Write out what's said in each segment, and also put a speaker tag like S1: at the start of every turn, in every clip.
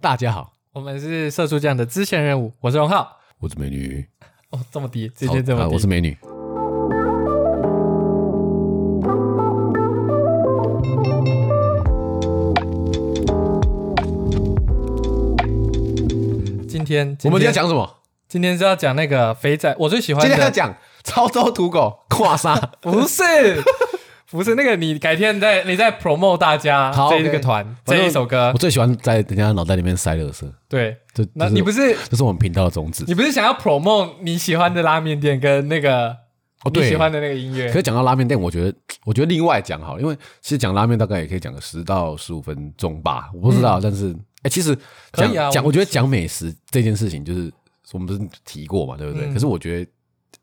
S1: 大家好，我们是社畜酱的支线任务，我是荣浩。
S2: 我是美女，
S1: 哦，这么低，直接这么
S2: 啊，
S1: 低。
S2: 我是美女。
S1: 今天，
S2: 我们今天讲什么？
S1: 今天是要讲那个肥仔，我最喜欢
S2: 今天要
S1: 的。。
S2: 讲潮州土狗跨沙
S1: 不是， 不是那个，你改天再你再 promote 大家
S2: 好
S1: 这一
S2: OK
S1: 个团
S2: 反正
S1: 这一首歌
S2: 我。最喜欢在人家脑袋里面塞乐色，
S1: 对，
S2: 这
S1: 那
S2: 这是
S1: 你不是
S2: 这是我们频道的宗旨。
S1: 你不是想要 promote 你喜欢的拉面店跟那个
S2: 哦
S1: 你
S2: 对
S1: 喜欢的那个音
S2: 可
S1: 乐？
S2: 是讲到拉面店，我觉得我觉得另外讲好了，因为其实讲拉面大概也可以讲个十到十五分钟吧，我不知道。但是哎、其实
S1: 嗯可以
S2: 讲
S1: 啊我
S2: 讲，
S1: 们
S2: 我觉得讲美食这件事情，就是我们不是提过嘛，对不对？
S1: 嗯
S2: 可是我觉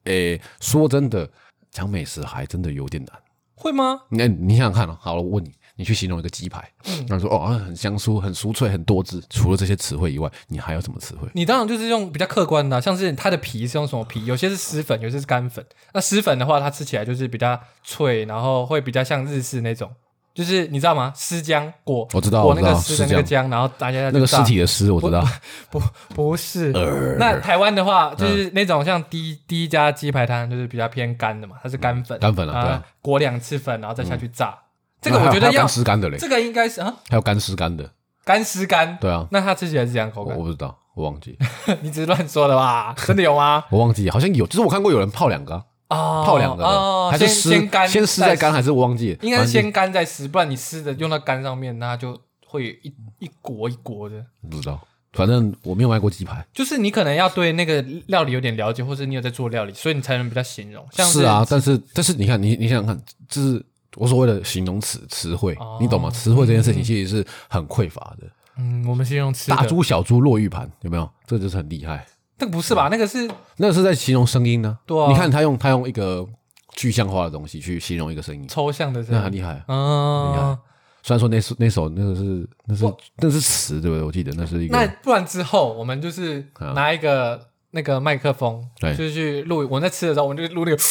S2: 得，哎、说真的，讲美食还真的有点难。
S1: 会吗？
S2: 那你想想看、哦，好了，我问你，你去形容一个鸡排，
S1: 嗯
S2: 然后说哦，啊很香酥、很酥脆、很多汁。除了这些词汇以外，你还有什么词汇？
S1: 你当然就是用比较客观的啊、像是它的皮是用什么皮，有些是湿粉，有些是干粉。那湿粉的话，它吃起来就是比较脆，然后会比较像日式那种，就是你知道吗？湿浆裹，
S2: 哦我知道
S1: 裹
S2: 我
S1: 那
S2: 知
S1: 个
S2: 道
S1: 湿的那个浆，然后大家就
S2: 那个
S1: 炸
S2: 尸体的呃尸，我知道。
S1: 不不是。那台湾的话，就是那种像第一第一家鸡排摊，就是比较偏干的嘛，它是干粉，
S2: 干粉啊对啊，
S1: 裹两次粉，然后再下去炸。这个
S2: 那还有
S1: 我觉得
S2: 还有
S1: 要
S2: 干，尸干的嘞，
S1: 这个应该是啊，
S2: 还有干尸干的，
S1: 干湿干。
S2: 对啊，
S1: 那它吃起来是怎样口
S2: 我
S1: 感
S2: 我？不知道，我忘记，
S1: 你只是乱说的吧？真的有吗？
S2: 我忘记，好像有，就是我看过有人泡两个啊，
S1: 哦，
S2: 泡两个
S1: 哦
S2: 的，，还是
S1: 先
S2: 湿
S1: 先干，
S2: 先湿再干，，还是我忘记了，
S1: 应该是
S2: 反
S1: 先干再湿，不然你湿的用到干上面，那它就会有一一锅一锅的。
S2: 正不知道，反正我没有卖过鸡排。
S1: 就是你可能要对那个料理有点了解，或者你有在做料理，所以你才能比较形容。像
S2: 是啊，，但是但是你看，你你想想看，就是我所谓的形容词词汇
S1: 哦，
S2: 你懂吗？词汇这件事情其实是很匮乏的。
S1: 嗯，我们形容吃
S2: 大
S1: 的，
S2: 猪小猪落玉盘，有没有？这就是很厉害。
S1: 那个不是吧？那个是
S2: 那是在形容声音呢、
S1: 对啊
S2: 你看他用他用一个具象化的东西去形容一个声音，
S1: 抽象的，是
S2: 那很
S1: 吧？
S2: 厉害、啊。厉
S1: 嗯
S2: 害，虽然说那首那首那个是那是那是词对不对？我记得那是一
S1: 那
S2: 个
S1: 不然之后我们就是
S2: 啊
S1: 拿一个那个麦克风，就
S2: 对
S1: 是去录。我在吃的时候，我们就录那个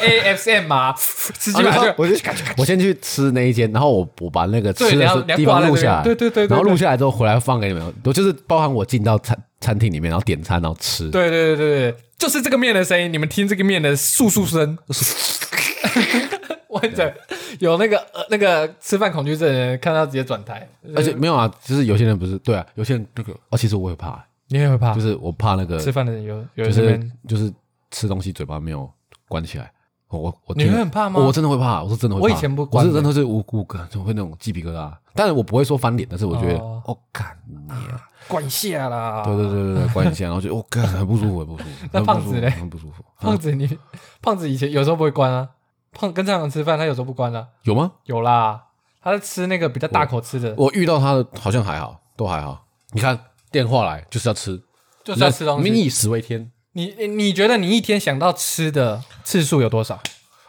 S1: ASM 嘛，吃鸡
S2: 啊
S1: 排
S2: 然后
S1: 就
S2: 我就我先去吃那一间，然后我我把那个
S1: 对
S2: 吃
S1: 你要
S2: 的
S1: 你要
S2: 地方
S1: 挂在
S2: 录
S1: 这
S2: 下
S1: 边
S2: 来，
S1: 对对对对
S2: 然后
S1: 对
S2: 录下来之后回来放给你们，我就是包含我进到餐餐厅里面，然后点餐，然后吃，
S1: 对对对对对，就是这个面的声音，你们听这个面的簌簌声，完整 有那个、呃、那个吃饭恐惧症的人看到直接转台，
S2: 而且没有啊，就是有些人不是对啊，有些人那个哦，其实我也怕，
S1: 你也会怕，
S2: 就是我怕那个
S1: 吃饭的人有有
S2: 就
S1: 这
S2: 是
S1: 边，
S2: 就是吃东西嘴巴没有关起来，我我我
S1: 你
S2: 听
S1: 会
S2: 了
S1: 很怕吗
S2: 我真的会怕，我是真的会怕。
S1: 我以前不关
S2: 我是真的是无辜感，就会那种鸡皮疙瘩。但是我不会说翻脸，但是我觉得
S1: 哦
S2: 哦，干你啊！
S1: 管啊下啦。
S2: 对对，对对对，关一下，然后就哦，干很不舒服，很不舒服。
S1: 那
S2: 很不
S1: 胖
S2: 舒
S1: 子
S2: 服
S1: 嘞
S2: 很不舒服。
S1: 胖
S2: 啊
S1: 子你胖子以前有时候不会关啊，胖跟张扬吃饭他有时候不关啊，
S2: 有吗？
S1: 有啦，他在吃那个比较大口吃的，
S2: 我遇到他的好像还好，都还好。你看电话来就是要吃，
S1: 就是要吃东
S2: 民
S1: 西。
S2: 以食为天。
S1: 你你你觉得你一天想到吃的次数有多少？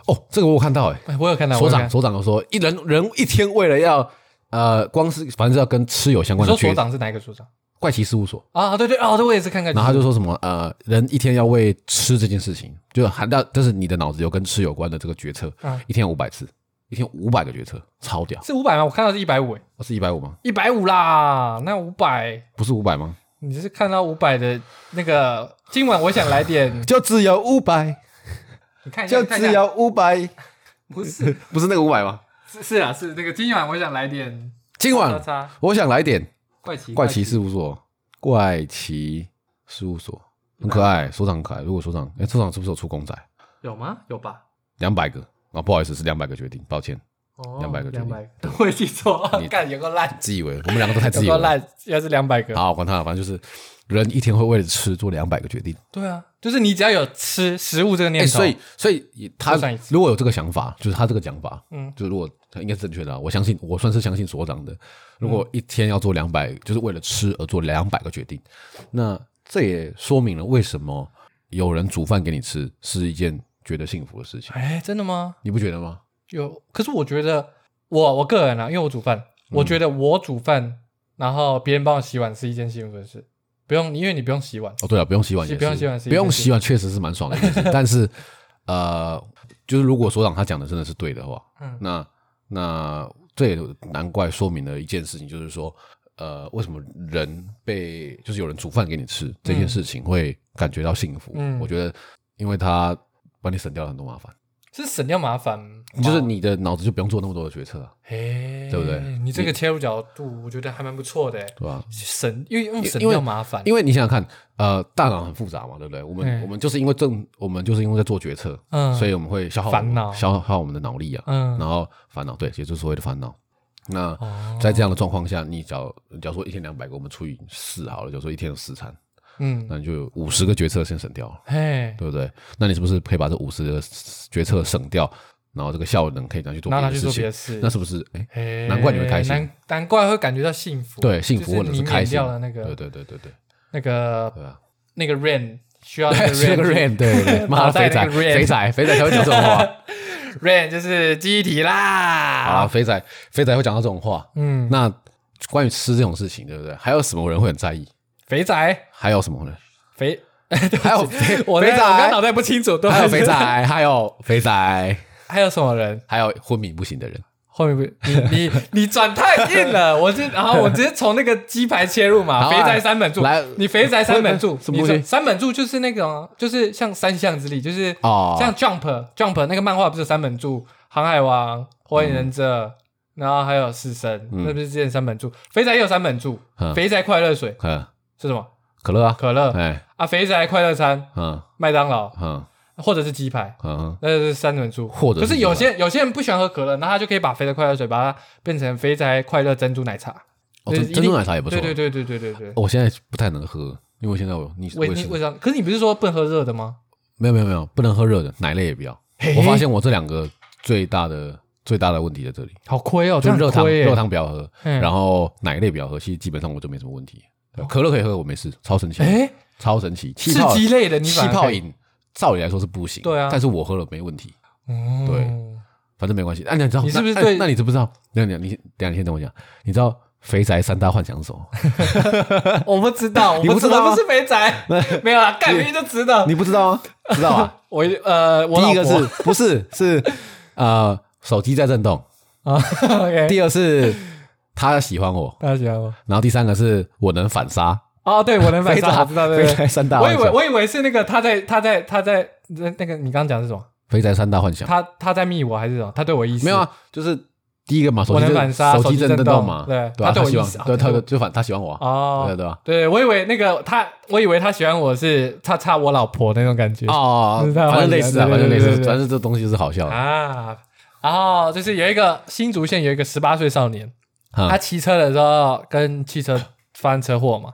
S2: 哦，这个我有看到哎，
S1: 哎我有看到，我
S2: 所
S1: 有
S2: 长
S1: 看
S2: 所长有说，一人人一天为了要呃，光是反正是要跟吃有相
S1: 你
S2: 关的
S1: 说
S2: 决
S1: 所长是哪一个所长
S2: 怪奇事务所。
S1: 啊？对对哦，对我也是看看。
S2: 然后他就说什么呃，人一天要为吃这件事情，就喊到，但是你的脑子有跟吃有关的这个决策，
S1: 啊
S2: 一天五百次，一天五百个决策，超屌！
S1: 是五百吗？我看到是一百五，
S2: 哦是一百五吗？
S1: 一百五啦，那五百，
S2: 不是五百吗？，
S1: 你是看到五百的那个？今晚我想来点
S2: 就只有五百，
S1: 你看一下，
S2: 就
S1: 你看一
S2: 只
S1: 下，
S2: 有五百，
S1: 不是，
S2: 不是那个五百吗？
S1: 是是啊，是那个今晚我想来点
S2: 今
S1: 叉
S2: 晚
S1: 叉
S2: 我想来点
S1: 怪奇
S2: 怪奇事务所，怪奇事务所很可爱，所长很可爱。如果所长，哎，所长是不是有出公仔？
S1: 有吗？有吧？
S2: 两百个啊，不好意思，是两百个决定，抱歉，
S1: 哦，
S2: 200个决
S1: 两
S2: 定
S1: 百个，我记错，
S2: 你
S1: 干有个烂，
S2: 自以为我们两个都太
S1: 有
S2: 自以为
S1: 个
S2: 了。
S1: 烂，要是两百个，
S2: 好，管他了，反正就是人一天会为了吃做两百个决定。
S1: 对啊，就是你只要有吃食物这个念
S2: 欸
S1: 头，
S2: 所以所以也他
S1: 就算一次
S2: 如果有这个想法，就是他这个讲法，
S1: 嗯
S2: 嗯，就如果他应该是正确的啊、我相信我算是相信所长的。如果一天要做两百，就是为了吃而做两百个决定，那这也说明了为什么有人煮饭给你吃是一件觉得幸福的事情，
S1: 哎，真的吗？
S2: 你不觉得吗？
S1: 有，可是我觉得我我个人啊，因为我煮饭，我
S2: 嗯
S1: 觉得我煮饭，然后别人帮我洗碗是一件幸福的事，不用，因为你不用洗碗。
S2: 哦，对了，不用洗碗也
S1: 是
S2: 是，
S1: 不用洗碗是一件
S2: 不用洗碗确实是蛮爽的一 件事。但是，呃，就是如果所长他讲的真的是对的话，
S1: 嗯
S2: 那那这也难怪说明了一件事情，就是说，呃，为什么人被就是有人煮饭给你吃这件事情会感觉到幸福？
S1: 嗯
S2: 我觉得，因为他帮你省掉了很多麻烦，
S1: 是省掉麻烦吗，
S2: 就是你的脑子就不用做那么多的决策啊，
S1: 哎，
S2: 对不对
S1: 你这个切入角度，我觉得还蛮不错的，欸
S2: 对吧？
S1: 省，因为用省
S2: 因为
S1: 掉麻烦，
S2: 因为你想想看，呃，大脑很复杂嘛，对不对？我
S1: 嗯
S2: 们我们就是因为正，我们就是因为在做决策，
S1: 嗯
S2: 所以我们会消耗
S1: 烦恼
S2: 消耗我们的脑力啊，
S1: 嗯
S2: 然后烦恼，对，也就是所谓的烦恼。那
S1: 哦
S2: 在这样的状况下，你假如假如说一天两百个，我们除以四好了，假如说一天有四餐，
S1: 嗯，
S2: 那你就有五十个决策先省掉了，
S1: 嘿，
S2: 对不对？那你是不是可以把这五十个决策省掉，然后这个效能可以拿去做
S1: 然
S2: 别
S1: 后拿
S2: 的
S1: 去
S2: 事
S1: 做别的
S2: 情？
S1: 事
S2: 那，是不是？哎，
S1: 嘿
S2: 难怪你会开心
S1: 难难怪会感觉到幸福，
S2: 对，幸
S1: 就
S2: 福
S1: 是
S2: 或者
S1: 你
S2: 是
S1: 免
S2: 开心
S1: 掉了那
S2: 对
S1: 个
S2: 对对对对，
S1: 那个
S2: 对啊。
S1: 那个 rain 需要啊那
S2: 对，
S1: 个
S2: 是那个
S1: rain
S2: rain，对 对，对妈
S1: 脑
S2: 的
S1: 袋
S2: 肥
S1: 那
S2: 仔，
S1: 个 rain
S2: 肥仔，肥仔才会讲这种话
S1: rain 就是记忆体
S2: 啊！
S1: 啦，
S2: 肥仔，肥仔会讲到这种话。
S1: 嗯，
S2: 那关于吃这种事情，对不对？还有什么人会很在意？
S1: 肥仔
S2: 还有什么人？
S1: 肥，
S2: 还 有肥，
S1: 我
S2: 肥
S1: 在我刚脑
S2: 仔，
S1: 袋不清楚，都
S2: 还有肥， 仔，还有肥仔，
S1: 还有什么人？
S2: 还有昏迷不醒的人。
S1: 后面不，你 你你转太硬了，我是，然后我直接从那个鸡排切入嘛，
S2: 好
S1: 肥
S2: 啊
S1: 宅三本柱
S2: 来，
S1: 你肥宅三本柱
S2: 什么东西
S1: 你说三本柱就是那种，就是像三项之力，就是
S2: 哦
S1: 像 Jump Jump 那个漫画不是有三本柱，航海王、火影忍
S2: 嗯
S1: 者，然后还有死神，那不是之前三本柱，肥宅也有三本柱，
S2: 嗯
S1: 肥宅快乐水
S2: 嗯，
S1: 是什么？
S2: 可乐啊，
S1: 可乐
S2: 哎，
S1: 啊，肥宅快乐餐、
S2: 嗯
S1: 麦当劳
S2: 嗯
S1: 或者是鸡排，
S2: 嗯，
S1: 那是三本柱，
S2: 或者
S1: 可
S2: 是
S1: 是
S2: 什么
S1: 有些有些人不喜欢喝可乐，那他就可以把肥宅快乐水把它变成肥宅快乐珍珠奶茶。
S2: 哦，
S1: 就是
S2: 珍
S1: 一定
S2: 珍珠奶茶也不错哦
S1: 对。对对对对对对，
S2: 我现在不太能喝，因为我现在有逆胃
S1: 为你
S2: 食
S1: 为啥？可是你不是说不能喝热的吗？
S2: 没有没有没有，不能喝热的，奶类也不要。
S1: 嘿
S2: 我发现我这两个最大的最大的问题在这里，
S1: 好亏哦，
S2: 就
S1: 这样
S2: 热汤
S1: 亏耶
S2: 热汤不要喝，
S1: 嗯哦
S2: 然后奶类不要喝，其实基本上我就没什么问题。对可乐可以喝，我没事，超神奇，
S1: 哎，
S2: 超神奇。气
S1: 刺
S2: 泡
S1: 激类的你
S2: 气
S1: 反而
S2: 泡
S1: 可以，
S2: 饮，照理来说是不行，
S1: 对啊
S2: 但是我喝了没问题，
S1: 嗯
S2: 对反正没关系。啊那你知道
S1: 你是不是
S2: 那哎
S1: 对
S2: 那那你知不知道？那你你等一下你先等我讲，你知道肥宅三大幻想是什么？
S1: 我不知道，我
S2: 你不知道
S1: 我
S2: 吗
S1: 不是肥宅，没有啦，干明就知道。
S2: 你不知道啊？知道 啊？
S1: 我一呃，我
S2: 第一个
S1: 老婆
S2: 是不是是呃手机在震动？
S1: 啊，OK，
S2: 第二是他喜欢我，
S1: 大家喜欢吗？
S2: 然后第三个是我能反杀。
S1: 哦，对，我能反
S2: 肥
S1: 杀，
S2: 宅
S1: 我知道，对
S2: 肥
S1: 对对
S2: 宅。三大
S1: 我
S2: 幻
S1: 以
S2: 想，
S1: 为我以为是那个他在他在他在那那个你刚刚讲的是什么？
S2: 肥宅三大幻想
S1: 他他在密我还是什么？他对我意思
S2: 没有？啊，就是第一个嘛，手
S1: 我
S2: 机
S1: 能
S2: 震
S1: 反杀
S2: 手
S1: 手机
S2: 机震动
S1: 震动
S2: 嘛，
S1: 对
S2: 对吧？
S1: 他对我
S2: 喜
S1: 意
S2: 欢
S1: 思啊，
S2: 对
S1: 对
S2: 他
S1: 我
S2: 就反他喜欢我啊，
S1: 哦，
S2: 对对吧？
S1: 对，我以为那个他，我以为他喜欢我是他差我老婆那种感觉
S2: 哦
S1: 就是，他
S2: 反正类似啊，
S1: 幻
S2: 反正
S1: 想
S2: 类
S1: 对对
S2: 似
S1: 对对，对
S2: 反正这东西是好笑的。
S1: 啊。然后就是有一个新竹县有一个十八岁少年，
S2: 嗯
S1: 他骑车的时候跟汽车发生车祸嘛，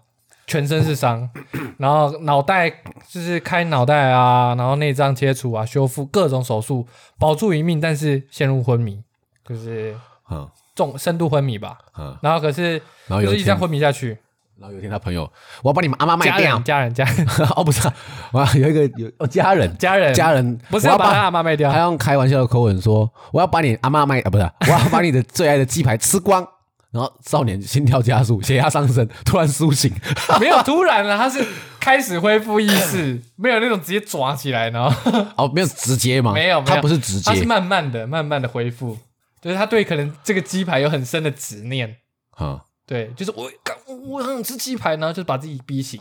S1: 全身是伤，然后脑袋就是开脑袋啊，然后内脏切除啊，修复各种手术，保住一命，但是陷入昏迷，就是
S2: 嗯
S1: 重深度昏迷吧。
S2: 嗯，
S1: 然后可是
S2: 然后
S1: 就
S2: 有
S1: 是一
S2: 一
S1: 直这样
S2: 天，
S1: 昏迷下去，
S2: 然后有一天他朋友，我要把你妈妈卖
S1: 家
S2: 掉
S1: 人，家人家人
S2: 哦不是啊，哇有一个有哦家人
S1: 家人
S2: 家人
S1: 不是
S2: 我要
S1: 要把他阿妈卖掉
S2: 他，用开玩笑的口吻说：“我要把你阿妈卖啊，不 是，我要把你的最爱的鸡排吃光。”然后少年心跳加速，血压上升， 突然苏醒。
S1: 没有突然啊了，他是开始恢复意识， 没有那种直接抓起来，然后
S2: 哦，没有直接吗？
S1: 没有没有
S2: 他不是直
S1: 他是
S2: 接。
S1: 慢慢的、慢慢的恢复，就是他对可能这个鸡排有很深的执念，
S2: 嗯，，
S1: 对，就是我干我我很想吃鸡排，然后就把自己逼醒，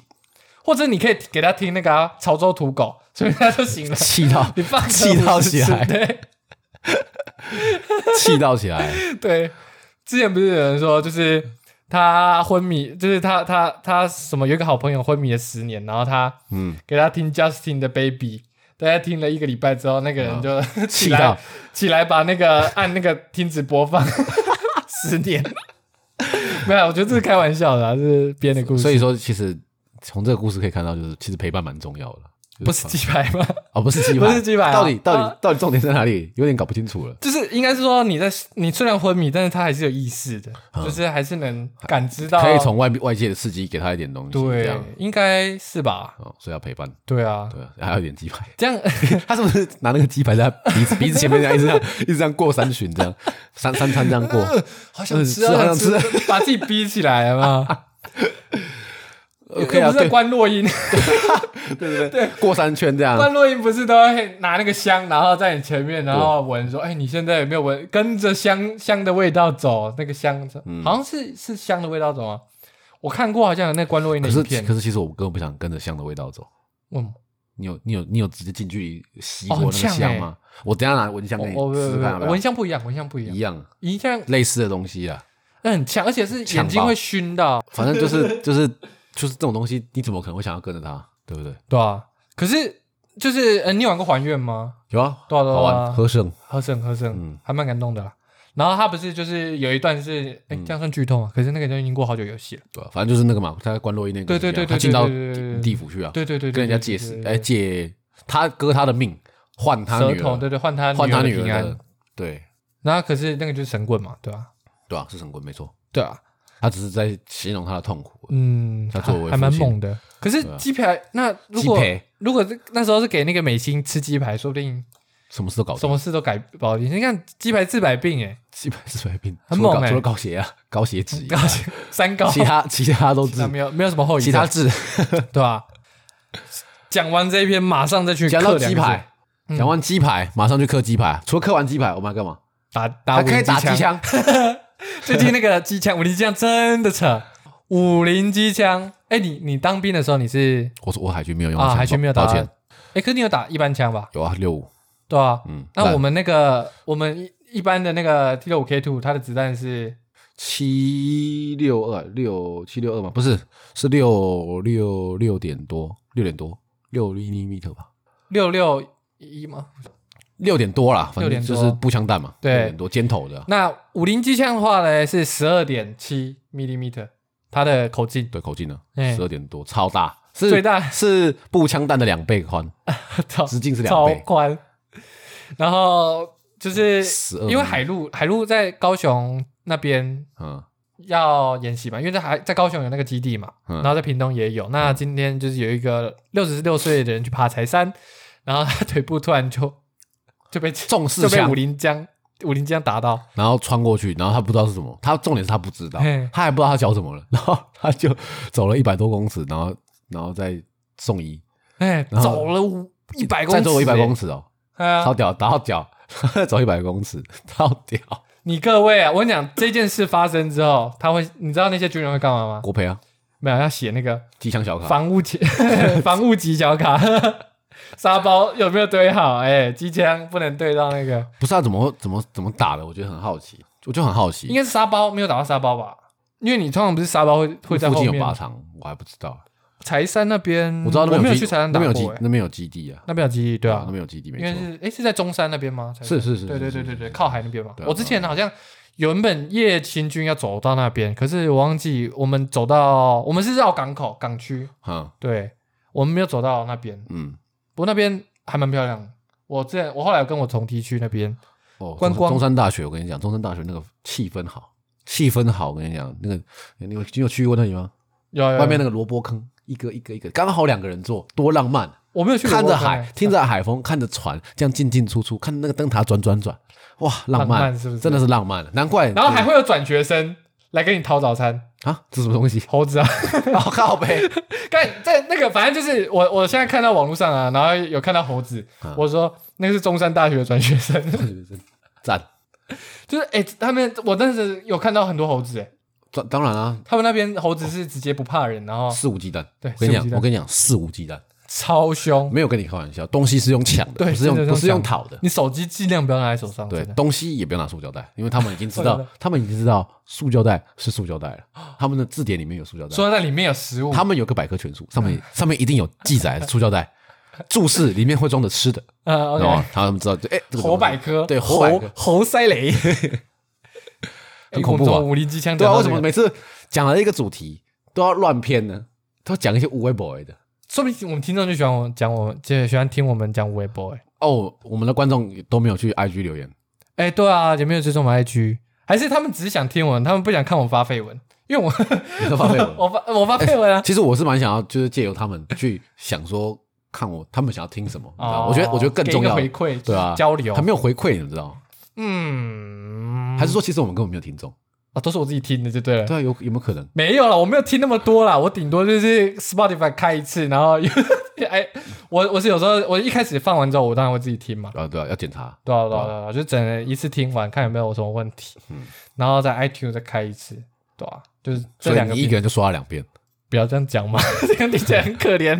S1: 或者你可以给他听那个、啊、潮州土狗，所以他就醒 了
S2: 气到
S1: 你放着
S2: 气到起来
S1: 我是吃
S2: 气到起 来。
S1: 对对，之前不是有人说就是。他昏迷，就是他他他什么？有一个好朋友昏迷了十年，然后他
S2: 嗯，
S1: 给他听 Justin 的 Baby，大家听了一个礼拜之后，那个人就、
S2: 哦气
S1: 起来
S2: 到
S1: 起来把那个按那个停止播 放十年。没有，我觉得这是开玩笑的、啊，这是编的故事。
S2: 所以说，其实从这个故事可以看到，就是其实陪伴蛮重要的。就
S1: 不是鸡排吗？
S2: 哦，不是鸡排，
S1: 不是鸡排啊
S2: 到底到
S1: 啊
S2: 底到底重点在哪里？有点搞不清楚了。
S1: 就是应该是说你在你虽然昏迷，但是他还是有意识的，就是还是能感知到。
S2: 嗯可以从外外界的刺激给他一点东西，这
S1: 啊对
S2: 样，
S1: 应该是吧？
S2: 哦，所以要陪伴，
S1: 对啊，
S2: 对，还有一点鸡排。
S1: 这样
S2: 他是不是拿那个鸡排在他鼻子鼻子前面这样一直这 样一直这样过三巡，这样三三餐这样过？
S1: 好想吃啊，
S2: 嗯
S1: 好
S2: 好想
S1: 想
S2: 吃
S1: 吃，把自己逼起来嘛。又
S2: 可以啊
S1: 不是在
S2: 对
S1: 关 落音。
S2: 对对对，过三圈这样。
S1: 关洛音不是都会拿那个香，然后在你前面，然后闻说：“哎、你现在有
S2: 嗯
S1: 没有闻？跟着香香的味道走，那个香，好像是是香的味道走吗？我看过好像有那关洛英的
S2: 可
S1: 影
S2: 是
S1: 片，
S2: 可是其实我根本不想跟着香的味道走。
S1: 嗯，
S2: 你有你有你有直接近距离吸
S1: 哦
S2: 过那个
S1: 很呛
S2: 香
S1: 欸
S2: 吗？我等一下拿蚊香
S1: 我
S2: 给你
S1: 我
S2: 试试看，要不要
S1: 蚊香不一样，蚊香不一样
S2: 一，样
S1: 蚊香
S2: 类似的东西啊。
S1: 那很强，而且是眼睛会熏的，
S2: 反正就是就是就是这种东西，你怎么可能会想要跟着它？对不对？
S1: 对啊。可是就是，嗯，你有玩过还愿吗？
S2: 有啊，
S1: 对啊对啊
S2: 好
S1: 对啊
S2: 玩。喝剩
S1: 和盛和盛
S2: 嗯，
S1: 还蛮感动的啦。然后他不是就是有一段是，哎、
S2: 嗯
S1: 这样算剧透吗？可是那个就已经过好久游戏了。
S2: 对啊，反正就是那个嘛，他在关洛伊那个
S1: 对
S2: 是一
S1: 对
S2: 样，
S1: 对对
S2: 他进到
S1: 对对对对对
S2: 地府去啊，
S1: 对对对
S2: 跟
S1: 对
S2: 人家借
S1: 对
S2: 尸
S1: 对，对
S2: 哎借他割他的命换他
S1: 舌
S2: 女
S1: 头，
S2: 儿，
S1: 对对，换他
S2: 换他
S1: 女
S2: 女
S1: 儿的
S2: 儿
S1: 平安
S2: 的。，对
S1: 然后可是那个就是神棍嘛，对吧、
S2: 对啊，是神棍没错，
S1: 对啊，
S2: 他只是在形容他的痛苦。
S1: 嗯，
S2: 他作为
S1: 还还蛮
S2: 父亲
S1: 猛的。可是
S2: 对啊
S1: 鸡排，那如果
S2: 鸡排
S1: 如果是那时候是给那个美心吃鸡排，说不定
S2: 什么事都搞定
S1: 什么事都改不好。你看鸡排治百病、欸，
S2: 基本是白病，
S1: 很
S2: 除了
S1: 猛
S2: 高
S1: 欸
S2: 除了高血压、高血脂以外，
S1: 哎，三 高，
S2: 其他其他都治
S1: 那，没有没有什么后遗
S2: 其
S1: 症，
S2: 他治。
S1: 对吧、讲完这一篇，马上再去
S2: 讲
S1: 刻
S2: 到
S1: 两
S2: 鸡
S1: 个字嗯
S2: 排，讲完鸡排，马上去刻鸡排。除了刻完鸡排，我们要干嘛？
S1: 打打
S2: 还
S1: 五
S2: 可以
S1: 零
S2: 打
S1: 机
S2: 机
S1: 枪。
S2: 枪。
S1: 最近那个机枪，武林机枪真的扯。武林机枪，哎，你你当兵的时候你是
S2: 我说我海军没有用
S1: 啊
S2: 枪
S1: 海军没有打
S2: 抱歉，，
S1: 哎，可是你有打一般枪吧？
S2: 有啊，六五，
S1: 对啊，
S2: 嗯，
S1: 那
S2: 烂
S1: 我们那个我们一一般的那个 T 六五 K two，它的子弹是
S2: 七六二六七六二嘛，不是，是六六六点多，六点多，六厘米特吧，
S1: 六六一吗？
S2: 六点多啦，反正
S1: 6.多
S2: 就是步枪弹嘛，
S1: 对
S2: 六点多尖头的，啊
S1: 那武林机枪的话呢是十二点七 millimeter，它的口径，
S2: 对，口径呢，
S1: 哎
S2: 十二点多，超大，是
S1: 最大
S2: 是步枪弹的两倍宽，
S1: 超
S2: 直径是两
S1: 超
S2: 倍，
S1: 宽。然后就是
S2: 12
S1: 因为海陆海陆在高雄那边
S2: 嗯，
S1: 要演习嘛，因为在还在高雄有那个基地嘛，
S2: 嗯
S1: 然后在屏东也有。那今天就是有一个六十六岁的人去爬柴山，然后他腿部突然就 就被
S2: 重视
S1: 就被
S2: 枪
S1: 武，林江武林江打到，
S2: 然后穿过去，然后他不知道是什么，他重点是他不知道
S1: 嘿，
S2: 他还不知道他脚怎么了，然后他就走了一百多公尺，然后然后再送医，
S1: 哎，
S2: 然后
S1: 走了一百公尺、
S2: 再走一百公
S1: 尺。
S2: 尺哦，
S1: 哎呀
S2: 超屌，打到脚， 走一百公尺，超屌。
S1: 你各位啊，我跟你讲这件事发生之后，他会，你知道那些军人会干嘛吗？
S2: 国培啊，
S1: 没有，要写那个
S2: 机枪小卡，
S1: 防务级 防务级小卡， 沙包有没有堆好？哎，机枪不能对到那个，
S2: 不是啊？怎么怎么怎么打的？我觉得很好奇，我就很好奇。
S1: 应该是沙包，没有打到沙包吧？因为你通常不是沙包会会在
S2: 附
S1: 后
S2: 近有
S1: 面。
S2: 靶场，我还不知道。
S1: 柴山那边，
S2: 我知道那
S1: 我没
S2: 边
S1: 有
S2: 基
S1: 去柴山
S2: 那
S1: 打
S2: 边
S1: 过、
S2: 有基，
S1: 欸，
S2: 那边有基地啊，
S1: 那边有基地，对
S2: 那
S1: 啊，
S2: 边有基地，没
S1: 因为
S2: 错。
S1: 是哎是在中山那边吗？柴山
S2: 是是是
S1: 对对对对对，
S2: 是
S1: 靠海那边嘛。
S2: 对啊
S1: 我之前好像原本叶行军要走到那边，可是我忘记我们走到我们是绕港口港区，
S2: 哈，
S1: 对我们没有走到那边，
S2: 嗯，
S1: 不过那边还蛮漂亮的。我之前我后来有跟我同梯去那边，
S2: 哦，
S1: 观
S2: 中
S1: 光
S2: 中山大学，我跟你讲，中山大学那个气氛好，气氛好。我跟你讲，那个你有你有去过那里吗？
S1: 有有有
S2: 外面那个萝卜坑，一个一个一个，刚好两个人坐，多浪漫。
S1: 我没有去过
S2: 看着
S1: 我
S2: 海，听着海风，看着船这样进进出出，看着那个灯塔转转转，哇，浪
S1: 浪漫是不是
S2: 真的是浪漫，难怪。
S1: 然后还会有转学生来跟你讨早餐，？
S2: 啊，这什么东西
S1: 猴子啊！
S2: 好靠呗，
S1: 干在那个，反正就是我，我现在看到网络上啊，然后有看到猴子，
S2: 嗯
S1: 我说那个是中山大学的转学生，
S2: 赞！
S1: 就是哎、他们我当时有看到很多猴子、哎，
S2: 当当然啊，
S1: 他们那边猴子是直接不怕人，然后
S2: 肆无忌惮。
S1: 哦对
S2: 我跟你
S1: 肆无
S2: 讲
S1: 忌惮，
S2: 我跟你讲，肆无忌惮，
S1: 超凶，
S2: 没有跟你开玩笑，东西是用抢的，
S1: 对
S2: 不是
S1: 真
S2: 用
S1: 的
S2: 不
S1: 是
S2: 是
S1: 用抢
S2: 用讨的。
S1: 你手机尽量不要拿在手上，
S2: 对
S1: 真，的
S2: 东西也不要拿塑胶袋，因为他们已 经知
S1: 塑胶
S2: 道
S1: 袋，
S2: 他们已经知道塑胶袋是塑胶袋 了。他们的字典里面有塑胶袋，
S1: 说那里面有食物，
S2: 他们有个百科全书，上面上面一定有记载塑胶袋，注释里面会装着吃的。
S1: 呃
S2: 然后
S1: ，OK，
S2: 他们知道，就哎，这个
S1: 猴
S2: 东西
S1: 百科，
S2: 对猴百
S1: 猴
S2: 科
S1: 猴塞雷，
S2: 很恐怖啊
S1: 哎我们从武林机枪
S2: 对啊，
S1: 讲到
S2: 为
S1: 这
S2: 什
S1: 个
S2: 么每次讲了一个主题都要乱骗呢？都要讲一些无为 boy 的。
S1: 说不定我们听众就喜欢我们讲我们，就喜欢听我们讲微博、哎。
S2: 哦，我们的观众都没有去 IG 留 言，
S1: 哎、对啊，有没有追踪我们 IG？还是他们只是想听文，他们不想看我发绯闻？因为我
S2: 你都发绯闻。
S1: 我发我发绯闻啊，
S2: 其实我是蛮想要，就是借由他们去想说，看我他们想要听什么。你知道吗
S1: 哦
S2: 我觉得我觉得更重要
S1: 给一个回馈
S2: 对啊，
S1: 交流
S2: 还没有回馈，你知道吗？
S1: 嗯，
S2: 还是说其实我们根本没有听众？
S1: 啊，都是我自己听的就对了。
S2: 对啊，有有没有可能？
S1: 没有了，我没有听那么多啦，我顶多就是 Spotify 开一次，然后哎，我我是有时候我一开始放完之后，我当然会自己听嘛，
S2: 啊，对啊，要检查。
S1: 对啊对啊对
S2: 嗯
S1: 啊，就整了一次听完，看有没有什么问题，然后在 iTunes 再开一次，对啊，就是
S2: 所
S1: 这
S2: 以
S1: 两个
S2: 你一
S1: 病
S2: 个人就刷了两遍，
S1: 不要这样讲嘛， 这样听起来很可 怜。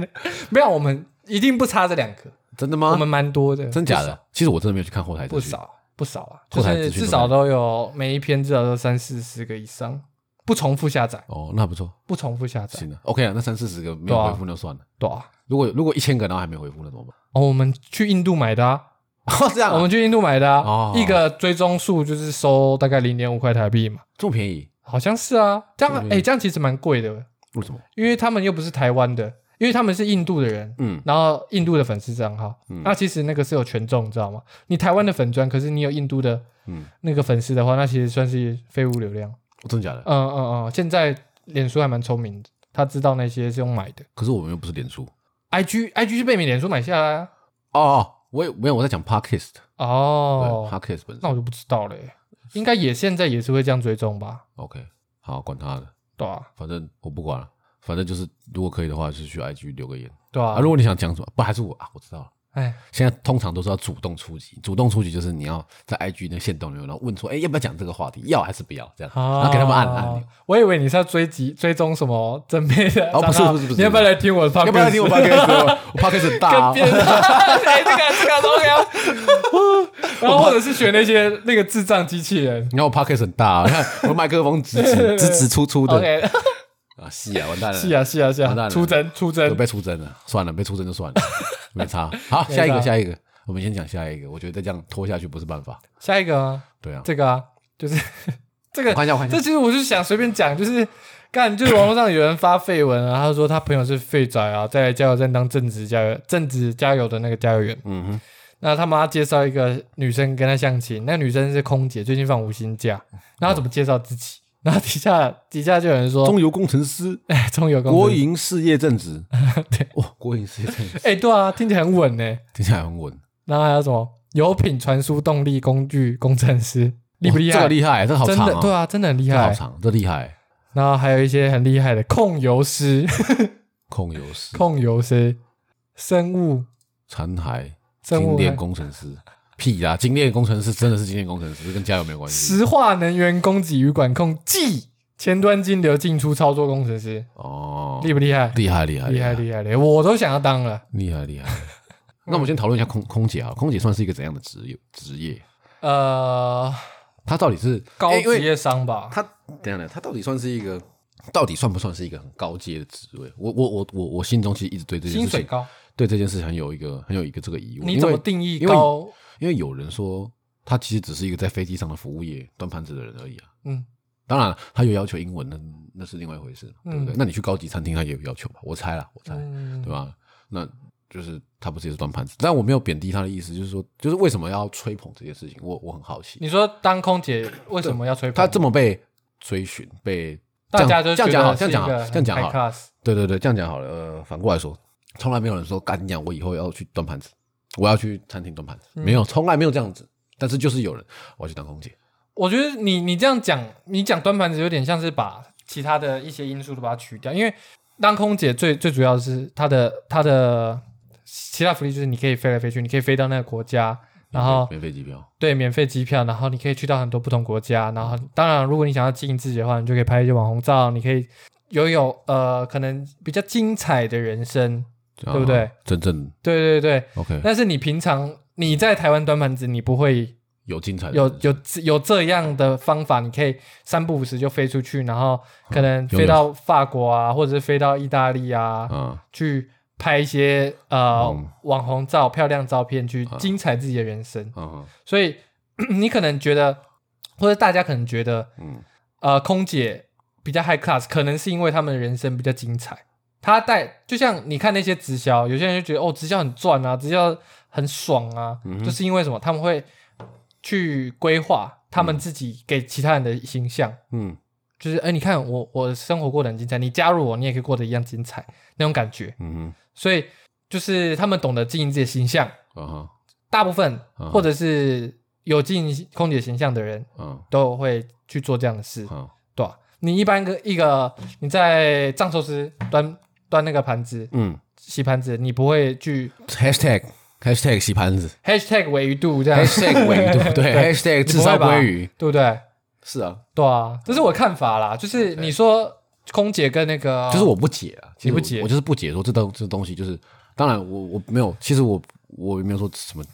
S1: 没有，我们一定不差这两个，
S2: 真的
S1: 我
S2: 吗？
S1: 们蛮多的，
S2: 啊真假
S1: 不少
S2: 的？其实我真的没有去看后台
S1: 不
S2: 资讯，
S1: 少不少啊，
S2: 后
S1: 就
S2: 台资
S1: 是
S2: 讯
S1: 至
S2: 都
S1: 少
S2: 在
S1: 都有每一篇至少都三四十个以上，不重复下载，
S2: 哦，那不错，
S1: 不重复下载，
S2: 行了，OK 啊，那三四十个没
S1: 对
S2: 有
S1: 啊
S2: 回复就算了。
S1: 对啊。
S2: 如果如果一千个然后还没回复，那怎么办？
S1: 哦，我们去印度买的啊，
S2: 哦，这样啊，
S1: 我们去印度买的
S2: 哦
S1: 啊，一个追踪数就是收大概零点五块台币嘛，
S2: 这么便宜，
S1: 好像是啊。这样
S2: 对
S1: 哎，诶这样其实蛮贵的，
S2: 为什么？
S1: 因为他们又不是台湾的，因为他们是印度的人，
S2: 嗯，
S1: 然后印度的粉丝账号，那其实那个是有权重，你知道吗？你台湾的粉砖，可是你有印度的，
S2: 嗯
S1: 那个粉丝的话，那其实算是废物流量。
S2: 真假的？
S1: 嗯嗯嗯，现在脸书还蛮聪明的，他知道那些是用买的。
S2: 可是我们又不是脸书
S1: IG IG 是被你脸书买下来啊？
S2: 哦哦，我也没有我在讲 Podcast，对
S1: 哦，
S2: ，Podcast 本身
S1: 那我就不知道嘞、应该也现在也是会这样追踪吧？
S2: OK，好，管他的，
S1: 对啊，
S2: 反正我不管了，反正就是如果可以的话，就是去 IG 留个言
S1: 对啊
S2: 啊。，如果你想讲什么，不还是我啊，我知道了。
S1: 哎，
S2: 现在通常都是要主动出击，主动出击就是你要在 IG 那线动里面，然后问说，哎、要不要讲这个话题？要还是不要？这样，然后给他们按按钮
S1: 啊。我以为你是要追击追踪什么正妹的
S2: 哦不是
S1: 账号
S2: 不是不是
S1: 你要不要来听我的 podcast？
S2: 要不要听我 podcast？我 podcast 很大、
S1: 跟
S2: 啊，
S1: 变态，哎，这个这个东西， 然后或者是选那些那个智障机器人
S2: 你看我 podcast 很大、啊， 你看我的麦克风直直直直出出的
S1: ，OK，
S2: 啊，是啊，完蛋了，
S1: 是啊是啊是
S2: 完蛋
S1: 啊，
S2: 了
S1: 出征出
S2: 有
S1: 征，
S2: 被出征了，算了，被出征就算了，没差。好，下一个，
S1: 没差
S2: 下一个，我们先讲下一个。我觉得再这样拖下去不是办法。
S1: 下一个啊，
S2: 对啊，
S1: 这个啊，就是 这
S2: 我
S1: 个，
S2: 看一下，我看一下
S1: 这，其实我就想随便讲，就是干，就是网络上有人发绯闻啊，他说他朋友是废仔啊，在加油站当正职加油正职加油的那个加油员，
S2: 嗯哼，
S1: 那他妈介绍一个女生跟他相亲，那女生是空姐，最近放无薪假，那他怎么介绍自己？ 然后底下底下就有人说，
S2: 中油工程师，
S1: 哎，中油公司
S2: 国营事业正职。
S1: 对，
S2: 哇，国营事业正职
S1: 哎、对啊，听起来很稳呢。
S2: 听起来很稳，
S1: 然后还有什么油品传输动力工具工程师，厉不厉害？
S2: 哇这个厉害，这个好
S1: 真
S2: 长
S1: 的对
S2: 啊，
S1: 啊，真的很厉
S2: 这个好
S1: 害。
S2: 长，这厉害，
S1: 然后还有一些很厉害的控油师、
S2: 控油师、
S1: 控油师、生物、
S2: 残骸、
S1: 生
S2: 精
S1: 物啊
S2: 炼工程师。屁啦！精炼工程师真的是精炼工程师，跟加油没有关系
S1: 石化能源供给与管控暨前端金流进出操作工程师，
S2: 哦。
S1: 厉不厉害？
S2: 厉害厉害
S1: 厉害厉害厉害！我都想要当了。
S2: 厉害厉 害。那我们先讨论一下空空姐啊，空姐算是一个怎样的职业？职业，
S1: 呃，
S2: 她到底是
S1: 高
S2: 哎诶因
S1: 职
S2: 为
S1: 业商吧，
S2: 她等一下呢，她到底算是一个，到底算不算是一个很高阶的职位？我我我我我心中其实一直对这件
S1: 薪
S2: 事
S1: 水
S2: 情，
S1: 高，
S2: 对这件事情很有一个很有一个这个疑问。
S1: 你怎么
S2: 因为
S1: 定义
S2: 因为
S1: 高？
S2: 因为有人说她其实只是一个在飞机上的服务业端盘子的人而已啊。
S1: 嗯，
S2: 当然她有要求英文，那那是另外一回事，对不对？
S1: 嗯
S2: 那你去高级餐厅，她也有要求吧？我猜啦，我猜。
S1: 嗯
S2: 哎对吧？那就是他不是也是端盘子，但我没有贬低他的意思，就是说，就是为什么要吹捧这件事情，我我很好奇。
S1: 你说当空姐为什么要吹捧？
S2: 他这么被追寻，被
S1: 大家
S2: 这
S1: 就
S2: 样这样讲好，这样讲好，这样讲好，
S1: 好。
S2: 对对对，这样讲好了。呃，反过来说，从来没有人说干你讲我以后要去端盘子，我要去餐厅端盘子，没
S1: 嗯
S2: 有，从来没有这样子。但是就是有人我要去当空姐，
S1: 我觉得你你这样讲，你讲端盘子有点像是把其他的一些因素都把它取掉，因为当空姐最最主要的是她的她的其他福利就是你可以飞来飞去，你可以飞到那个国家，然后
S2: 免费机票，
S1: 对免费机票，然后你可以去到很多不同国家，然后当然如果你想要经营自己的话，你就可以拍一些网红照，你可以拥有呃可能比较精彩的人生，
S2: 对
S1: 对不对？
S2: 啊真正
S1: 对对对，
S2: OK
S1: 但是你平常你在台湾端盘子，你不会
S2: 有精彩的
S1: 有
S2: 人生
S1: 有有这样的方法，你可以三不五时就飞出去，然后可能
S2: 嗯拥有
S1: 飞到法国啊，或者是飞到意大利啊，
S2: 啊，
S1: 去拍一些呃、
S2: 嗯
S1: 网红照、漂亮照片，去精彩自己的人生。
S2: 嗯
S1: 所以 你可能觉得，或者大家可能觉得，
S2: 嗯
S1: 呃，空姐比较 high class，可能是因为他们的人生比较精彩。他带就像你看那些直销，有些人就觉得哦，直销很赚啊，直销很爽啊，就是因为什么？他们会去规划他们自己给其他人的形象，
S2: 嗯
S1: 就是哎，你看我我生活过得很精彩，你加入我，你也可以过得一样精彩那种感觉。
S2: 嗯
S1: 所以就是他们懂得经营自己的形象，
S2: 嗯啊
S1: 大部分
S2: 嗯
S1: 或者是有经营空姐形象的人
S2: 嗯
S1: 都会去做这样的事，
S2: 嗯
S1: 对吧、你一般个一个你在藏寿司端端那个盘子
S2: 嗯
S1: 洗盘子，你不会去
S2: ，#hashtag #hashtag 洗盘子。
S1: hashtag 维度这样，
S2: #hashtag 尾鱼对不对
S1: 对
S2: ？#hashtag
S1: 你
S2: 至
S1: 不会
S2: 少
S1: 吧
S2: 鲑鱼，
S1: 对不对？
S2: 是啊，
S1: 对啊，这是我的看法啦。就是你说空姐跟那个，
S2: 就是我不解啊，其实
S1: 你不
S2: 我
S1: 解
S2: 我就是不解说这东这东西就是，当然我我没有，其实我我也没有说什么，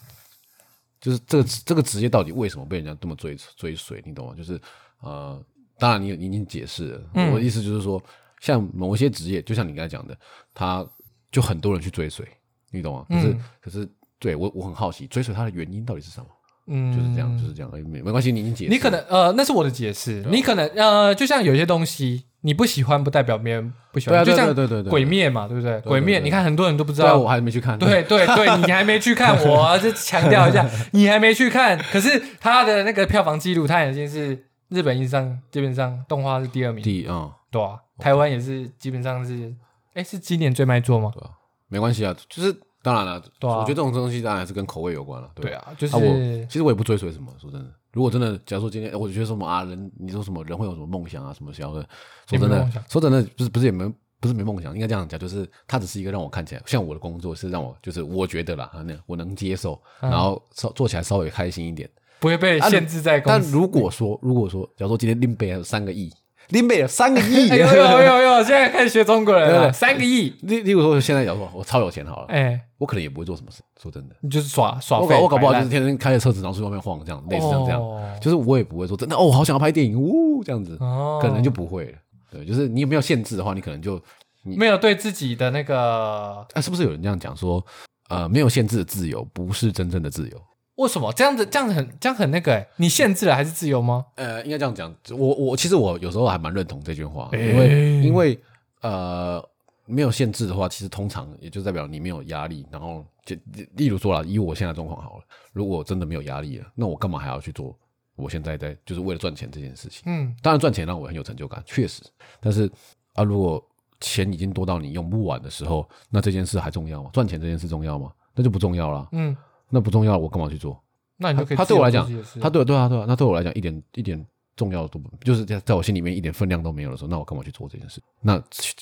S2: 就是这个这个职业到底为什么被人家这么追追随，你懂吗？就是呃，当然你你已经解释了，
S1: 嗯
S2: 我的意思就是说，像某一些职业，就像你刚才讲的，他就很多人去追随，你懂吗？可
S1: 嗯
S2: 是、可是对我我很好奇，追随他的原因到底是什么？
S1: 嗯，
S2: 就是这样，就是这样，哎没没关系，你已经解释了，
S1: 你可能呃，那是我的解释。
S2: 啊
S1: 你可能呃，就像有些东西你不喜欢，不代表别人不喜
S2: 对
S1: 欢。
S2: 啊对
S1: 就
S2: 啊
S1: 像
S2: 对啊对啊对啊
S1: 鬼灭嘛，对不啊对？鬼灭，你看很多人都不知
S2: 虽然
S1: 道
S2: 我还没去看，
S1: 对对对，你还没去看， 我就强调一下，你还没去看。可是他的那个票房记录，他已经是日本意义上基本上动画是第二名，
S2: 第一啊。
S1: 对啊，台湾也是基本上是，哎，是今年最卖座吗？
S2: 对啊，没关系啊，就是当然了，
S1: 对啊
S2: 我觉得这种东西当然还是跟口味有关了，对
S1: 对
S2: 啊。
S1: 啊，就
S2: 啊我
S1: 是
S2: 其实我也不追随什么，说真的，如果真的，假如说今天，哎我觉得什么啊，人，你说什么人会有什么梦想啊，什么想要的，说真
S1: 也没
S2: 的
S1: 梦想，
S2: 说真的，不是不是也没不是没梦想，应该这样讲，就是它只是一个让我看起来，像我的工作是让我就是我觉得啦，啊那我能接受，然后稍做起来稍微开心一点。
S1: 不会被限制在公
S2: 但
S1: 司。
S2: 如果说如果说，假如说今天林北有三个亿，林北有三个亿，
S1: 哎呦呦呦呦！现在开始学中国人了，三个亿，
S2: 例例如说现在假如说我超有钱好了，
S1: 哎，哦
S2: 我可能也不会做什么事，说真的。
S1: 你就是耍耍
S2: 我
S1: 废
S2: 搞，我搞不好
S1: 摆
S2: 就
S1: 烂
S2: 是天天开着车子，然后出去外面晃，这样类似像这
S1: 哦
S2: 样，就是我也不会说真的哦，我好想要拍电影，呜这样子，
S1: 哦
S2: 可能就不会了。对，就是你有没有限制的话，你可能就
S1: 没有对自己的那个
S2: 啊，是不是有人这样讲说，呃，没有限制的自由不是真正的自由？
S1: 为什么这样子，这样子很这样很那个、欸，你限制了还是自由吗？
S2: 呃，应该这样讲，我我其实我有时候还蛮认同这句话，
S1: 哎
S2: 因为因为呃没有限制的话，其实通常也就代表你没有压力。然后就例例如说啦，以我现在状况好了，如果真的没有压力了，那我干嘛还要去做我现在在就是为了赚钱这件事情？
S1: 嗯，
S2: 当然赚钱让我很有成就感，确实。但是啊，如果钱已经多到你用不完的时候，那这件事还重要吗？赚钱这件事重要吗？那就不重要啦。
S1: 嗯，
S2: 那不重要，我干嘛去做？
S1: 那你就可以
S2: 他
S1: 自
S2: 对
S1: 由
S2: 我来
S1: 做自
S2: 讲
S1: 己的事。，
S2: 他对我对啊对啊，那对我来讲一点一点重要都不，就是在在我心里面一点分量都没有的时候，那我干嘛去做这件事？那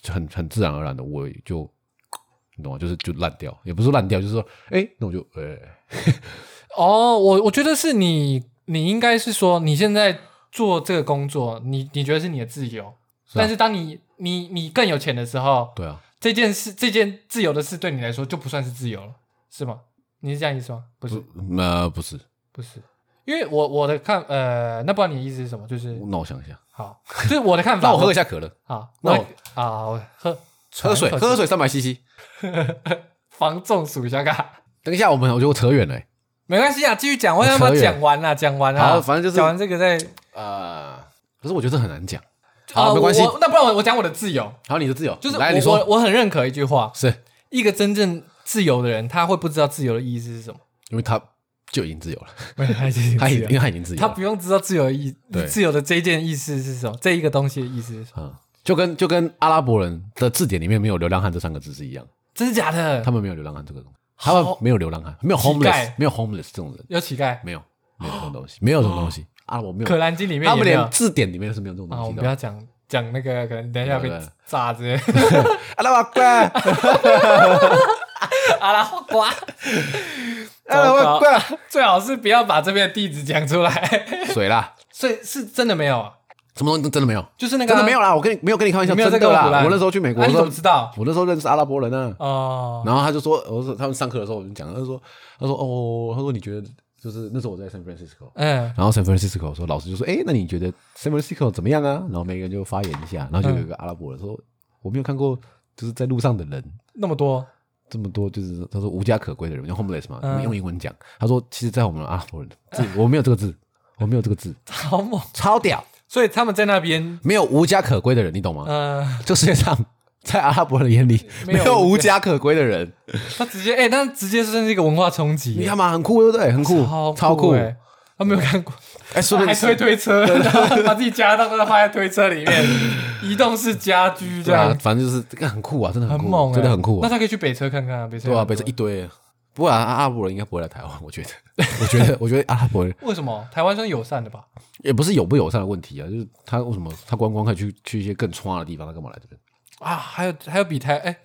S2: 很很自然而然的，我也就你懂吗？就是就烂掉，也不是烂掉，就是说，哎，那我就呃、
S1: 哦，我我觉得是你，你应该是说你现在做这个工作，你你觉得是你的自由，
S2: 啊
S1: 但是当你你你更有钱的时候，
S2: 对啊，
S1: 这件事这件自由的事对你来说就不算是自由了，是吗？你是这样意思吗？不是，
S2: 不呃不是，
S1: 不是，因为我我的看呃，那不知道你的意思是什么，就是
S2: 那我想一下，
S1: 好， 就是我的看法。
S2: 那我喝一下可乐，
S1: 好，
S2: 那
S1: 我
S2: 我
S1: 好，我喝
S2: 喝水，
S1: 喘一口
S2: 喝水三百 CC。
S1: 防中暑一下嘎。
S2: 等一下，我们我觉得我扯远了、欸。
S1: 没关系啊，继续讲，我要把它
S2: 扯远
S1: 讲完啦，讲完啦。
S2: 好反正就是
S1: 讲完这个再。
S2: 呃，可是我觉得这很难讲。好，
S1: 呃
S2: 没关系
S1: 啊我。我那不然我我讲我的自由，
S2: 好，你的自由，
S1: 就是
S2: 来，
S1: 我
S2: 你
S1: 我
S2: 说
S1: 我很认可一句话，
S2: 是
S1: 一个真正自由的人，他会不知道自由的意义 是什么。
S2: 因为他就已经自 由了，
S1: 没有他就是
S2: 他已
S1: 自
S2: 因
S1: 由
S2: 为他已经自由
S1: 他
S2: 了，
S1: 不用知道自由的意
S2: 对
S1: 自由的这一件意思是什么，这一个东西的意思是什么，
S2: 嗯，就跟就跟阿拉伯人的字典里面没有“流浪汉”这三个字是一样，
S1: 真的假的
S2: 他？们没有“流浪汉”这个东西，他们没有流浪汉，没有
S1: 乞丐
S2: homeless，没有 homeless 这种人，
S1: 有乞丐，
S2: 没有没有这种东西，没有这种东西。阿拉伯没
S1: 哦《可
S2: 有，
S1: 兰经》里面
S2: 他
S1: 也
S2: 们
S1: 没有
S2: 连字典里面是没有这种
S1: 啊，
S2: 东
S1: 我
S2: 西
S1: 们不
S2: 的。
S1: 要讲讲那个，可能等一下被
S2: 对对对
S1: 炸之类的。
S2: 阿拉伯怪，
S1: 阿拉花瓜，
S2: 阿拉伯怪，
S1: 最好是不要把这边的地址讲出来。
S2: 水啦，
S1: 所以是真的没有啊，
S2: 什么东西都真的没有，
S1: 就是那个
S2: 真
S1: 啊
S2: 的没有啦，我跟你没有跟你开玩笑，
S1: 你没有
S2: 真
S1: 在
S2: 的
S1: 跟
S2: 啦
S1: 胡。乱
S2: 我那时候去美国
S1: 啊
S2: 的
S1: 你
S2: 时
S1: 怎
S2: 候
S1: 么，知道？
S2: 我那时候认识阿拉伯人呢。
S1: 哦，
S2: 然后他就说，我说他们上课的时候我就讲，他就说，他说哦，他说你觉得就是那时候我在 San Francisco，
S1: 嗯，
S2: 然后 San Francisco 说老师就说，哎，那你觉得 San Francisco 怎么样啊？然后每个人就发言一下，然后就有一
S1: 嗯
S2: 个阿拉伯人说，我没有看过就是在路上的人
S1: 那么多，
S2: 这么多，就是他说无家可归的人，用 homeless 嘛，
S1: 嗯
S2: 用英文讲，他说其实，在我们阿拉伯人字，我没有这个字，我没有这个字，
S1: 好猛！
S2: 超屌，
S1: 所以他们在那边，
S2: 没有无家可归的人，你懂吗？
S1: 嗯，
S2: 这世界上在阿拉伯人眼里
S1: 没
S2: 没
S1: 有
S2: 有无家可归的人。
S1: 他直接，哎，他直接算是一个文化冲
S2: 你
S1: 击，
S2: 看嘛，很酷，对不对？很酷，
S1: 超
S2: 超酷。
S1: 欸他没有看过，
S2: 哎，说
S1: 还
S2: 明
S1: 推推车，然后 把自己家当放在推车里 面，移动式家居这
S2: 对啊
S1: 样，，
S2: 反正就是这个很酷啊，真的
S1: 很
S2: 酷，
S1: 猛欸，
S2: 真的很酷
S1: 那
S2: 啊。
S1: 他可以去北车看看啊，北车
S2: 对啊，
S1: 很多
S2: 被这一堆。不过啊阿拉伯人应该不会来台湾，我觉 得，我觉得，我觉得阿拉伯人
S1: 为什么台湾算友善的吧？
S2: 也不是友不友善的问题啊，就是他为什么他观光可以去去一些更差的地方，他干嘛来这边？
S1: 啊，还有还有比台哎、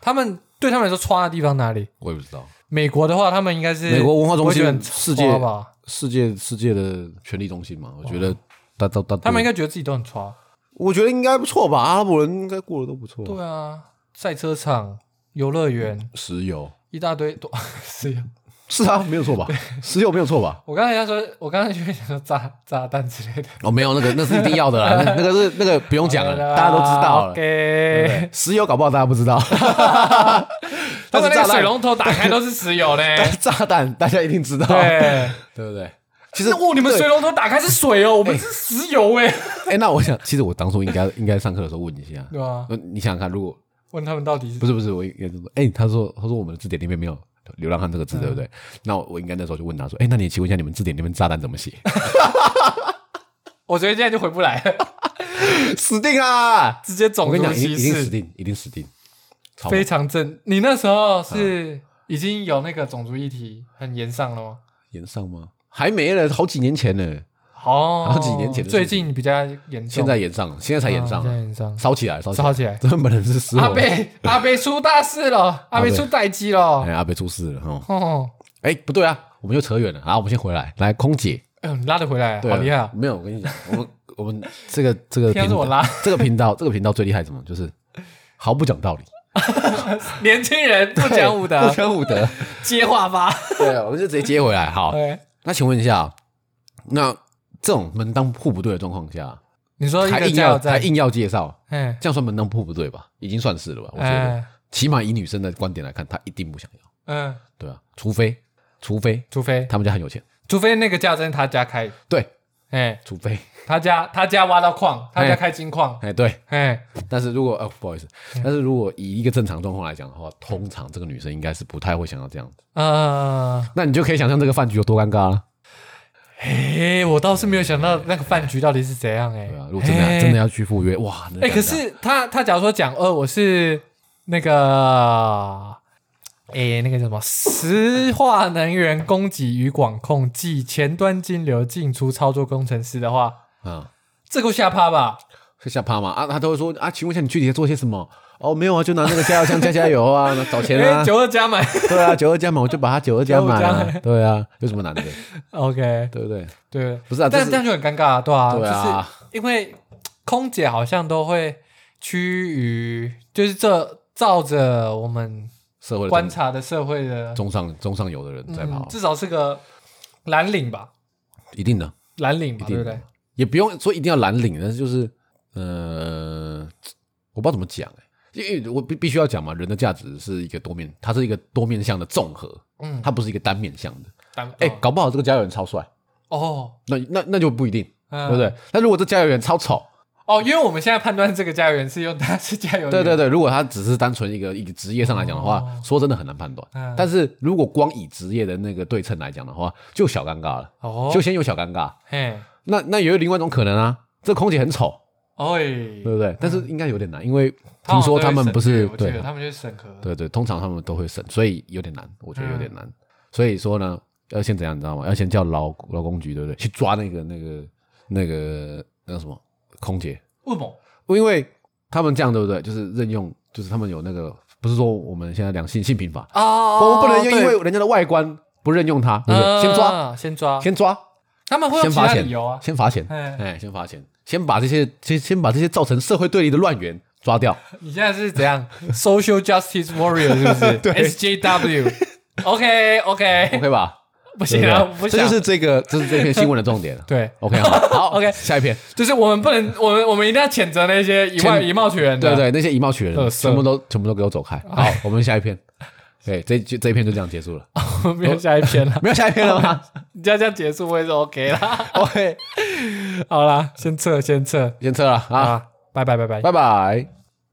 S1: 他们对他们来说穿的地方哪里？
S2: 我也不知道。
S1: 美国的话，他们应该是
S2: 美国文化中心
S1: 不会觉得很
S2: 世界
S1: 差吧？
S2: 世界世界的权力中心嘛，我觉得但但但
S1: 他们应该觉得自己都很差。
S2: 我觉得哦应该不错吧，阿拉伯人应该过得都不错。，
S1: 对啊，赛车场、游乐园
S2: 石油
S1: 一大堆都是啊。
S2: 是啊，没有 错吧？石油没有错吧？
S1: 我刚才要说，我刚才就想说炸炸弹之类的，
S2: 哦，没有那个那是一定要的啦， 那那个是那个不用讲了，大家都知道了。对不
S1: 啊 OK，
S2: 对石油搞不好大家不知道，
S1: 他们那
S2: 但是炸
S1: 个
S2: 弹
S1: 水龙头打开都是石油嘞。
S2: 但是 炸弹大家一定知道，
S1: 对，
S2: 对不对？其实
S1: 哦，你们
S2: 对
S1: 水龙头打开是水哦，我们是石油 哎。
S2: 哎、那我想，其实我当初应该应该上课的时候问一下，
S1: 对啊，
S2: 呃你想想看，如果
S1: 问他们到底是
S2: 不是不是，我应该就说，哎、他说他说我们的字典里面没有“流浪汉”这个字，对不
S1: 嗯
S2: 对？那我应该那时候就问他说，哎、那你请问一下，你们字典里面炸弹怎么 写？
S1: 我觉得现在就回不来了，
S2: 死定啦！
S1: 直接种
S2: 我跟你
S1: 族
S2: 讲，一定
S1: 歧
S2: 一定死
S1: 视，
S2: 定，一定死定。超猛
S1: 非常正。你那时
S2: 嗯
S1: 候是已经有那个种族议题很严上了吗？
S2: 延上吗？还没了，好几年前呢，
S1: 哦，
S2: 好几年前的事情
S1: 最近比较严重，
S2: 现在延上了，现在才延上
S1: 啊现在
S2: 了，
S1: 严上，
S2: 烧起来，烧起
S1: 烧
S2: 来，
S1: 起来。
S2: 这本人是失火
S1: 阿，贝阿贝出大事了，哦阿贝出代机了。
S2: 哎，阿北出事了哈。
S1: 哦，
S2: 哎，不对啊，我们又扯远了啊，我们先回来，来空姐，
S1: 哎呦，你拉得回来，
S2: 对
S1: 好
S2: 啊，
S1: 厉害 啊！
S2: 没有，我跟你讲，我们 我们这个这个
S1: 天啊
S2: 频
S1: 是我
S2: 道
S1: 拉，
S2: 这个频道这个频道最厉害什么？就是毫不讲道理，
S1: 年轻人 不讲武德
S2: 不，讲武德。
S1: 接话 吧。哎
S2: 对，我们就直接接回来。 好，
S1: 对，
S2: 那请问一下，那这种门当户不对的状况下，
S1: 你说一
S2: 还
S1: 个
S2: 硬
S1: 加油
S2: 要还
S1: 站，
S2: 硬要介绍，
S1: 哎
S2: 这样算门当户不对吧？已经算是了吧？我觉得，
S1: 哎
S2: 起码以女生的观点来看，她一定不想要，
S1: 嗯，
S2: 对啊，除非除非
S1: 除非
S2: 他们家很有钱，
S1: 除非那个加油站他家开，
S2: 对，
S1: 哎，
S2: 除非
S1: 他家他家挖到矿，他家
S2: 哎
S1: 开金矿，
S2: 哎对，
S1: 哎，
S2: 但是如果哦不好意思，
S1: 嗯
S2: 但是如果以一个正常状况来讲的话，通常这个女生应该是不太会想要这样子。
S1: 呃，
S2: 那你就可以想象这个饭局有多尴尬啊了，
S1: 哎，我倒是没有想到那个饭局到底是怎样，哎
S2: 对啊，如果真的真的要去赴约，哇，那
S1: 哎、
S2: 尴
S1: 可
S2: 尬
S1: 是他他假如说讲，呃，我是那个，哎、那个叫什么，石化能源供给与管控暨前端金流进出操作工程师的话，
S2: 啊。
S1: 这够下趴吧？
S2: 会吓趴嘛？啊，他都会说啊，请问一下你具体在做些什么？哦，没有啊，就拿那个加油枪加加油啊， 拿找钱
S1: 哎、
S2: 啊，
S1: 九二加满
S2: 对啊，九二加满，我就把它九二加满
S1: 九二
S2: 啊，对啊，有什么难的，
S1: ，OK，
S2: 对不对？
S1: 对，
S2: 不是啊，这
S1: 但这
S2: 是
S1: 样就很尴尬、啊，对啊，
S2: 对啊
S1: 就是因为空姐好像都会趋于，就是这照着我们
S2: 社会的
S1: 观
S2: 中
S1: 察的社会的，
S2: 中上中上游的人在
S1: 嗯
S2: 跑，，
S1: 至少是个蓝领吧，
S2: 一定的，
S1: 蓝领
S2: 一
S1: 吧，对
S2: 定
S1: 不对
S2: 的？，也不用说一定要蓝领，但是就是呃，我不知道怎么讲哎。因为我必必须要讲嘛，人的价值是一个多面，它是一个多面向的综合，
S1: 嗯
S2: 它不是一个单面向的。
S1: 单
S2: 哎、
S1: 哦
S2: 搞不好这个加油员超帅，
S1: 哦，
S2: 那那那就不一定，
S1: 对
S2: 对不？对？那如果这加油员超丑，
S1: 哦，因为我们现在判断这个加油员是用他是加油员，
S2: 对对，对，如果他只是单纯一个一个职业上来讲的话，
S1: 嗯哦
S2: 说真的很难判断。
S1: 嗯
S2: 但是如果光以职业的那个对称来讲的话，就小尴尬了，
S1: 哦，
S2: 就先有小尴尬。
S1: 嘿，
S2: 那那也有另外一种可能啊，这空姐很丑，
S1: 哦，
S2: 对不对？但是应该有点难，因为
S1: 好像
S2: 听说
S1: 都会
S2: 他们不是
S1: 审核我记得
S2: 对
S1: 他们就是审核，
S2: 对对，通常他们都会审，所以有点难，我觉得有
S1: 嗯
S2: 点难。所以说呢，要先怎样，你知道吗？要先叫劳劳工局，对不对？去抓那个那个那个那个什么空姐，
S1: 为什
S2: 哦
S1: 么？
S2: 因为他们这样对不对？就是任用，就是他们有那个，不是说我们现在两性性平法，
S1: 哦，
S2: 我们不能因
S1: 对
S2: 为人家的外观不任用他，对不对？先抓，
S1: 啊先抓，
S2: 先抓，
S1: 他们会有
S2: 先
S1: 其
S2: 罚
S1: 他
S2: 钱
S1: 理由啊，
S2: 先罚钱，
S1: 哎
S2: 哎，先罚钱，先把这些先先把这些造成社会对立的乱源抓掉。
S1: 你现在是怎样 social justice warrior 是不 是？
S2: 对
S1: ，SJW，OK OK，
S2: OK 吧？
S1: 不行
S2: 对
S1: 啊，
S2: 不
S1: 不
S2: 对
S1: 想
S2: 这就是这个，这是这篇新闻的重 点。
S1: 对。
S2: OK，好，好
S1: OK
S2: 下一篇，
S1: 就是我们不能，我们我们一定要谴责那些以外
S2: 谴
S1: 以貌取人的，
S2: 对对，那些以貌取人的，
S1: 啊垃圾啊
S2: 全部都全部都给我走开。好，我们下一篇，对，这就这一篇就这样结束了，
S1: 对，没有下一篇了，
S2: 没有下一篇了 吗
S1: 你要这样结束我也是 OK 啦。
S2: ？OK，
S1: 好啦，先撤先撤
S2: 先撤了啊，
S1: 啊，拜拜拜拜。
S2: 拜拜。